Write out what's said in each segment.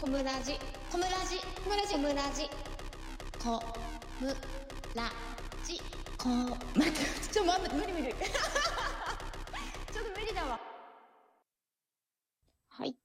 コムラジコムラジコムラジコムラジコムラジコ待ってちょっと待って無理無理 ちょっと無理だわはい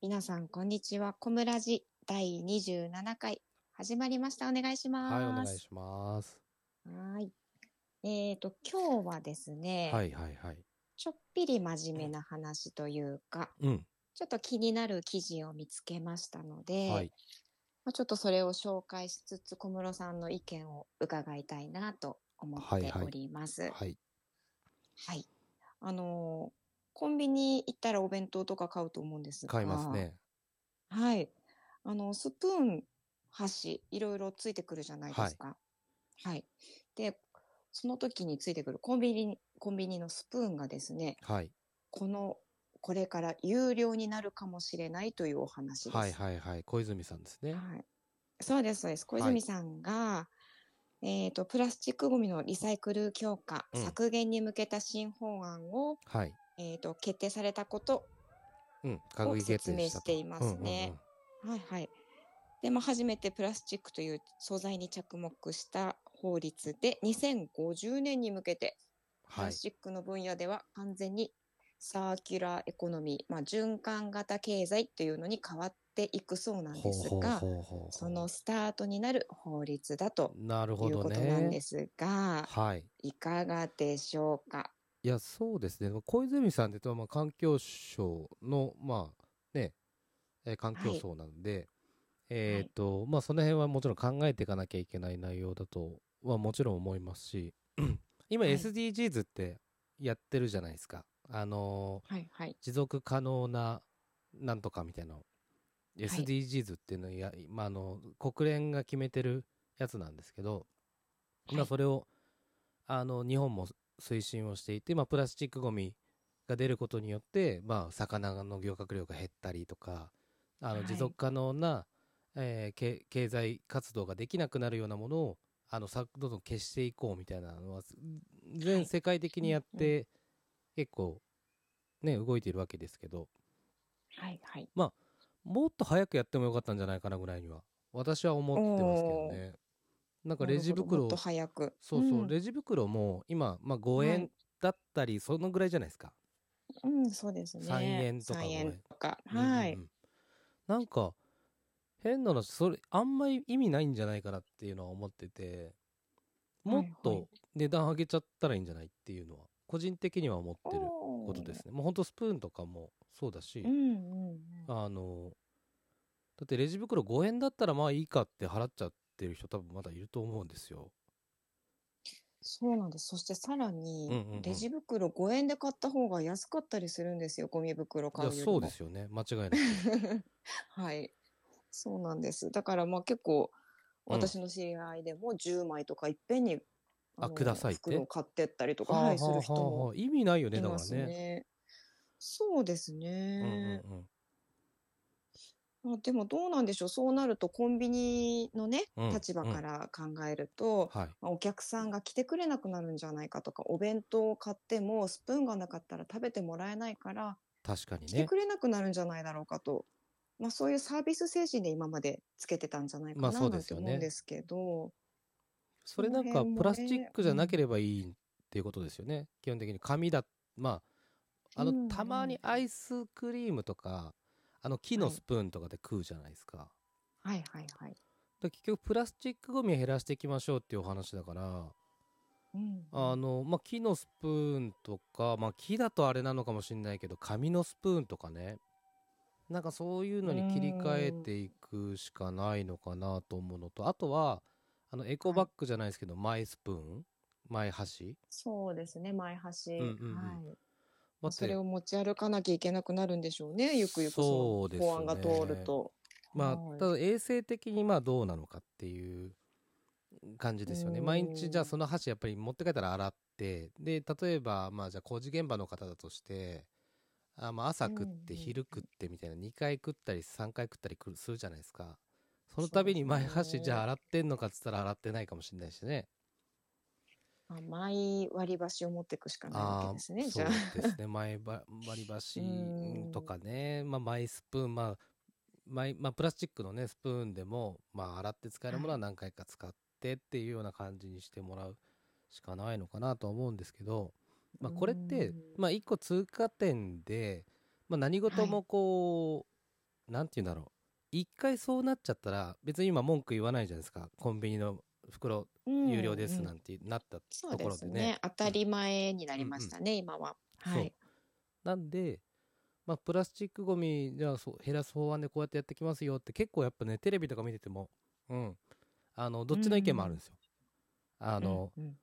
皆さんこんにちはコムラジ第27回始まりましたお願いしますはい、お願いします。はいえーと今日はですね、はいはいはい。ちょっぴり真面目な話というか、うん。ちょっと気になる記事を見つけましたので、はい。まあ、ちょっとそれを紹介しつつ小室さんの意見を伺いたいなと思っております。はい、はい。あのーコンビニ行ったらお弁当とか買うと思うんですが、買います。ね。はい。あのスプーン、箸、いろいろついてくるじゃないですか。はい。で、その時についてくるコンビニ、コンビニのスプーンがですね、はい。このこれから有料になるかもしれないというお話です。はいはいはい。小泉さんですね。はい、そうです、そうです。小泉さんが、えっ、と、プラスチックごみのリサイクル強化、うん削減に向けた新法案を、はい。えっ、と、決定されたこと。うん。閣議決定を説明したとしていますねうんうんうんはいはい。で、まあ、初めてプラスチックという素材に着目した法律で、2050年に向けて、プはラいス。チックの分野では完全にサーキュラーエコノミー、まあ、循環型経済というのに変わっていくそうなんほでうすほうが、ほうほう。そのスタートになる法律だとなるいほうどことなんねで。すが、はい。いかがでしょうか。いや、そうですね。小泉さんって言うと、まあ、環境省の、まあ、ね、えー環境省なんで、えっ、と、まあ、その辺はもちろん考えていかなきゃいけない内容だとはもちろん思いますし、 今はい SDGs ってやってるじゃないですか。あのーはいはい。持続可能ななんとかみたいなのい SDGs っていうのをや、まあ、あの国連が決めてるやつなんですけど、は今いそれをあの日本も推進をしていて、まあ、プラスチックごみが出ることによって、まあ、魚の漁獲量が減ったりとかあはのい持続可能な、えーけ経済活動ができなくなるようなものをあのさどんどん消していこうみたいなのはは全い世界的にやって、結構ね動いているわけですけどはいはい。もっと早くやってもよかったんじゃないかなぐらいには私は思ってますけどねなんかレジなるほど袋もっと早く。そうそう、んレジ袋も今、まあ、5は円いだったり、そのぐらいじゃないですかうん、そうですね。三円とか三五円円とか。はうんうい。んなんか変な話それあんまり意味ないんじゃないかなっていうのは思っててもっはいはと値段上げちゃったらいいんじゃないっていうのは個人的には思ってるこことですねもうほんとスプーンとかもそうだし、うんうんうん。あのだってレジ袋5円だったらまあいいかって払っちゃってる人多分まだいると思うんですよそうなんです。そしてさらに、うんうんうんレジ袋5円で買った方が安かったりするんですよ。ゴミ袋い買うやよりも。そうですよね間違い なくはい。そうなんです。だからまあ結構、うん私の知り合いでも10枚とかいっぺんに、あのくださいって袋を買ってったりとか、はあはい、する人はあはもあ意味ないよねいだかまらすねね。そうですうんね、うんうんまあ、でもどうなんでしょうそうなるとコンビニのね、うん立場から考えると、はいまあお客さんが来てくれなくなるんじゃないかとかお弁当を買ってもスプーンがなかったら食べてもらえないから確かに来てねくれなくなるんじゃないだろうかと、まあ、そういうサービス精神で今までつけてたんじゃないかまなあそなうでんすてよね思うんですけど、それなんそのか辺もねプラスチックじゃなければいいっていうことですよね、基本的に紙だまああうんうのんたまにアイスクリームとかあの木のスプーンとかで食うじゃないですか、はいはいはい。だから結局プラスチックごみを減らしていきましょうっていうお話だからうん、あの、まあ、木のスプーンとか、まあ、木だとあれなのかもしれないけど、紙のスプーンとかね。なんかそういうのに切り替えていくしかないのかなと思うのと、あとは、あの、エコバッグじゃないですけど、マイスプーンマイ箸そうですね前橋、んうんうんはいまあそれを持ち歩かなきゃいけなくなるんでしょうねゆくゆくそそうですのね法案が通ると。まはあ、いただ衛生的にまあどうなのかっていう感じですよね。うん毎日じゃあその箸やっぱり持って帰ったら洗って、で、例えばまあじゃあ工事現場の方だとして、あまあ朝食っうんうんて昼食ってみたいな2回食ったり3回食ったりくるするじゃないですか。その度に前そうです箸ねじゃあ洗ってんのかっつったら洗ってないかもしれないしね。甘い割り箸を持っていくしかないわあけですね、ーじゃあ。 そうですね。前ば割り箸うんとかね、まあ、マイスプーン、まあ、まあ、まあプラスチックのねスプーンでも、まあ、洗って使えるものは何回か使ってっていうような感じにしてもらうしかないのかなとは思うんですけど、まあ、これってう、んまあ、一個通過点で、まあ、何事もこう、なんて言うんだろう一回そうなっちゃったら別に今文句言わないじゃないですかコンビニの袋うん有料ですなうんんてなったそうとこでろすでねね。当たり前になりましたね、今ははそういなんで、まあ、プラスチックごみじゃあそう減らす法案でこうやってやってきますよって結構やっぱねテレビとか見てても、うん、あのどっちの意見もあるんですよ。あの、うんうん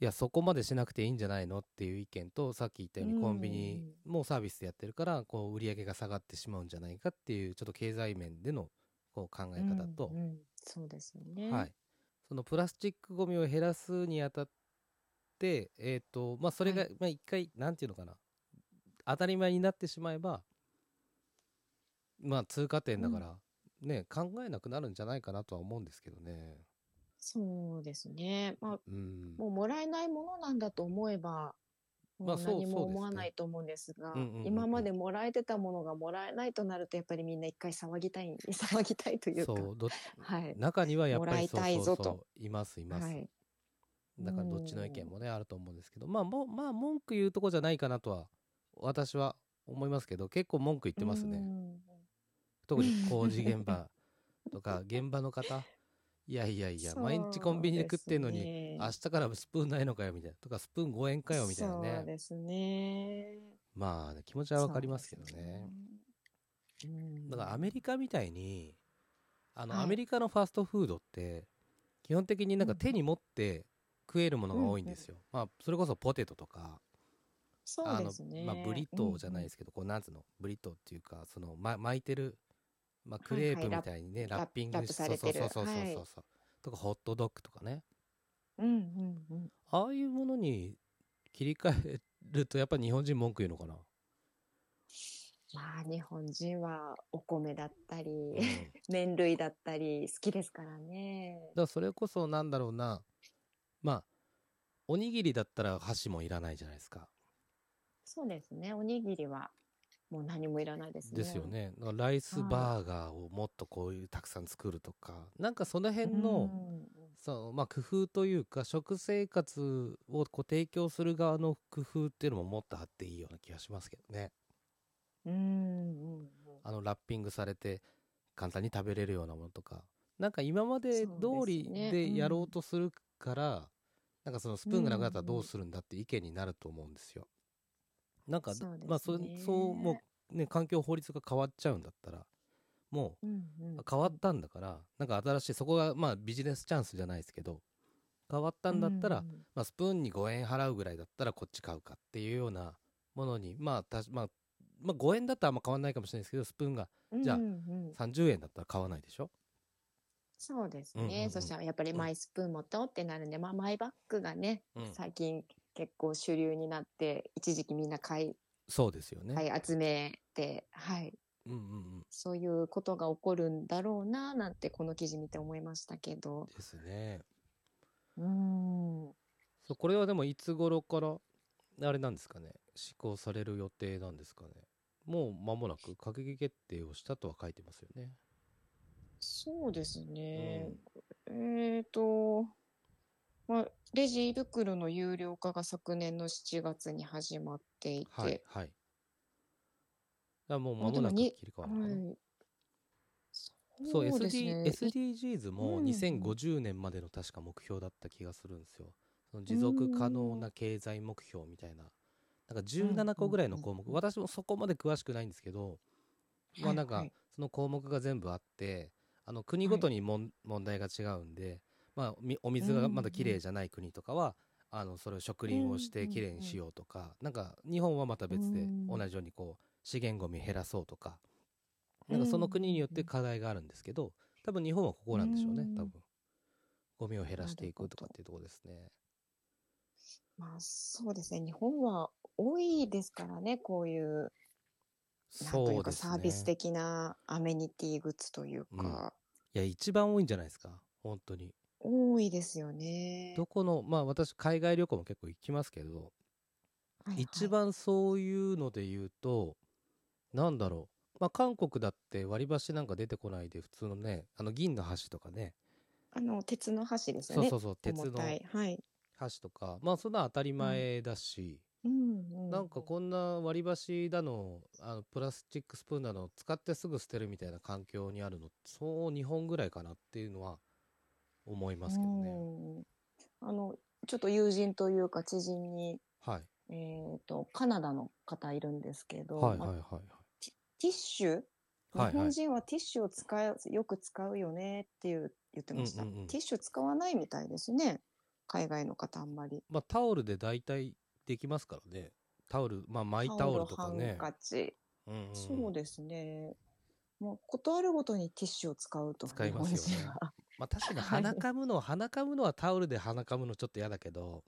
いやそこまでしなくていいんじゃないのっていう意見とさっき言ったよううにんコンビニもサービスでやってるからこう売り上げが下がってしまうんじゃないかっていうちょっと経済面でのこう考え方と、うんうんそうですよねはい、そのプラスチックごみを減らすにあたって、えーとまあ、それが、はまあ、一回なんていうのかな当たり前になってしまえば、まあ、通過点だから、ね考えなくなるんじゃないかなとは思うんですけどね。そうですねまあうんもうもらえないものなんだと思えば、まもあうそう何もそうです思わねないと思うんですが、うんうんうんうん今までもらえてたものがもらえないとなると、やっぱりみんな一回騒ぎたい、 騒ぎたいというか、そうどはい。中にはやっもぱらりいそうたいそぞうとそういますいます、はいだからどっちの意見もねあると思うんですけどまあもうまあ文句言うとこじゃないかなとは私は思いますけど結構文句言ってますね。うん特に工事現 場とか現場の方いやいやいや毎日コンビニで食ってんのに、明日からスプーンないのかよみたいなとかスプーン5円かよみたいなそうねですね。まあね気持ちはわかりますけどそうねですね。うんだからアメリカみたいにあの、はいアメリカのファーストフードって基本的になんか手に持って食えるものが多いんですよ、まあそれこそポテトとかそうですね。あのまあ、ブリトーじゃないですすけど、こうなんつうのブリトーっていうかその、ま、巻いてる、まあ、クはいはレいープみたいにね、ラッラッピンラグッしプされてるそうそうそうそうそうはいそう、とかホットドッグとかねうんうんうん。ああいうものに切り替えるとやっぱ日本人文句言うのかな、まあ、日本人はお米だったうん、だり、か麺類だったり、好きですからね。らそれこそなんだろうなまあおにぎりだったら箸もいらないじゃないですかそうですね。おにぎりはもう何もいらないですね。ですよ。ねだからライスはいバーガーをもっとこういうたくさん作るとかなんかそのう辺んの、そうまあ工夫というか食生活をこう提供する側の工夫っていうのももっとあっていいような気がしますけどねうんうんうんあのラッピングされて簡単に食べれるようなものとかなんか今まで通そうでりすねでやろうとするから、なんかそのスプーンがなくなったらどうするんだって意見になると思うんですよ。なんかそうですまあそれねそうもうね環境法律が変わっちゃうんだったらもううんうん変わったんだからなんか新しいそこがまあビジネスチャンスじゃないですけど変わったんだったら、うんうんまあ、スプーンに5円払うぐらいだったらこっち買うかっていうようなものにまあたし、まあ、まあ5円だったらあんま変わんないかもしれないですけどスプーンがじゃあうんうん30円だったら買わないでしょそうですうんうんうねん。そしたらやっぱりマイスプーン持とうってなるんで、まあマイバッグがねうん、最近結構主流になって、一時期みんな買い、そうですよね、買い集めて、はい。うんうんうんそういうことが起こるんだろうな、なんてこの記事見て思いましたけど。ですねうん。そうこれはでもいつ頃からあれなんですかね施行される予定なんですかねもう間もなく閣議決定をしたとは書いてますよねそうですね。うんえっ、と、まあ、レジ袋の有料化が昨年の7月に始まっていて、はいはい。だからもう間あでももなくに切り替わるのかな。はいそうそうですね SD SDGs もうん2050年までの確か目標だった気がするんですよ。その持続可能な経済目標みたいな。なんか17個ぐらいの項目、うんうん私もそこまで詳しくないんですけど、まあなんはかいその項目が全部あって、あの国ごとにもん問題が違うんで、まあみお水がまだ綺麗じゃない国とかは、あのそれを植林をしうんてうん綺麗にしようとか、なんか日本はまた別でうん同じようにこう資源ゴミ減らそうとか、なんかその国によって課題があるんですけど、多分日本はここなんでしょうね、うん多分。ゴミを減らしていくとかっていうところですね。まあそうですね。日本は多いですからね、こういう、なんといそううでかすサね。ービス的なアメニティグッズというか、いや、一番多いんじゃないですか、本当に。多いですよね。どこの、まあ私、海外旅行も結構行きますけはど、いはい一番そういうので言うと、なんだろう、まあ、韓国だって割り箸なんか出てこないで普通のねあの銀の箸とかねあの、鉄の箸ですよそうね。そうそう鉄重のたい。はい。箸とかまあそんなん当たり前だし、うん、うん。なんかこんな割り箸だのあのプラスチックスプーンだの使ってすぐ捨てるみたいな環境にあるのそう2本ぐらいかなっていうのは思いますけどね。うんあの、ちょっと友人というか知人に、はい、えっ、と、カナダの方いるんですけど、はいまはあいはいはいティッシュはいはい日本人はティッシュを使う、よく使うよねっていう言ってました、うんうんうんティッシュ使わないみたいですね。海外の方あんまり。まあタオルで大体できますからねタオルまあマイタオルとかねハンカチ。うんうんうんそうですね。もう、ことあるごとにティッシュを使うと。使いますよね日本人はまあ確かにはい鼻かむのは鼻かむのはタオルで鼻かむのちょっと嫌だけど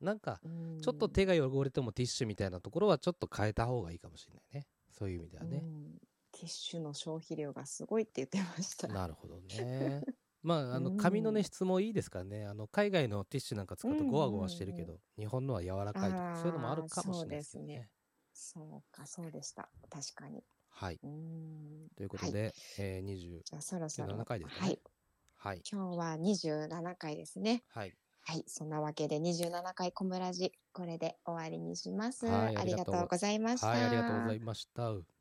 なんかうん ちょっと手が汚れてもティッシュみたいなところはちょっと変えた方がいいかもしれないねそういう意味ではねう。んティッシュの消費量がすごいって言ってました。なるほど ね。まあ、あのうん紙のね質もいいですからねあの海外のティッシュなんか使うとうんゴワゴワしてるけど、日本のは柔らかいとあかーそういうのもあるかもしれないですよそうですねね。そうか、そうでした。確かに。はいうん。ということで、えー、20じゃあそろそろ。 17回ですね。はい。はい今日は27回ですね。はいはい。そんなわけで27回小村寺、これで終わりにします。はいありがとうございました。はいありがとうございました。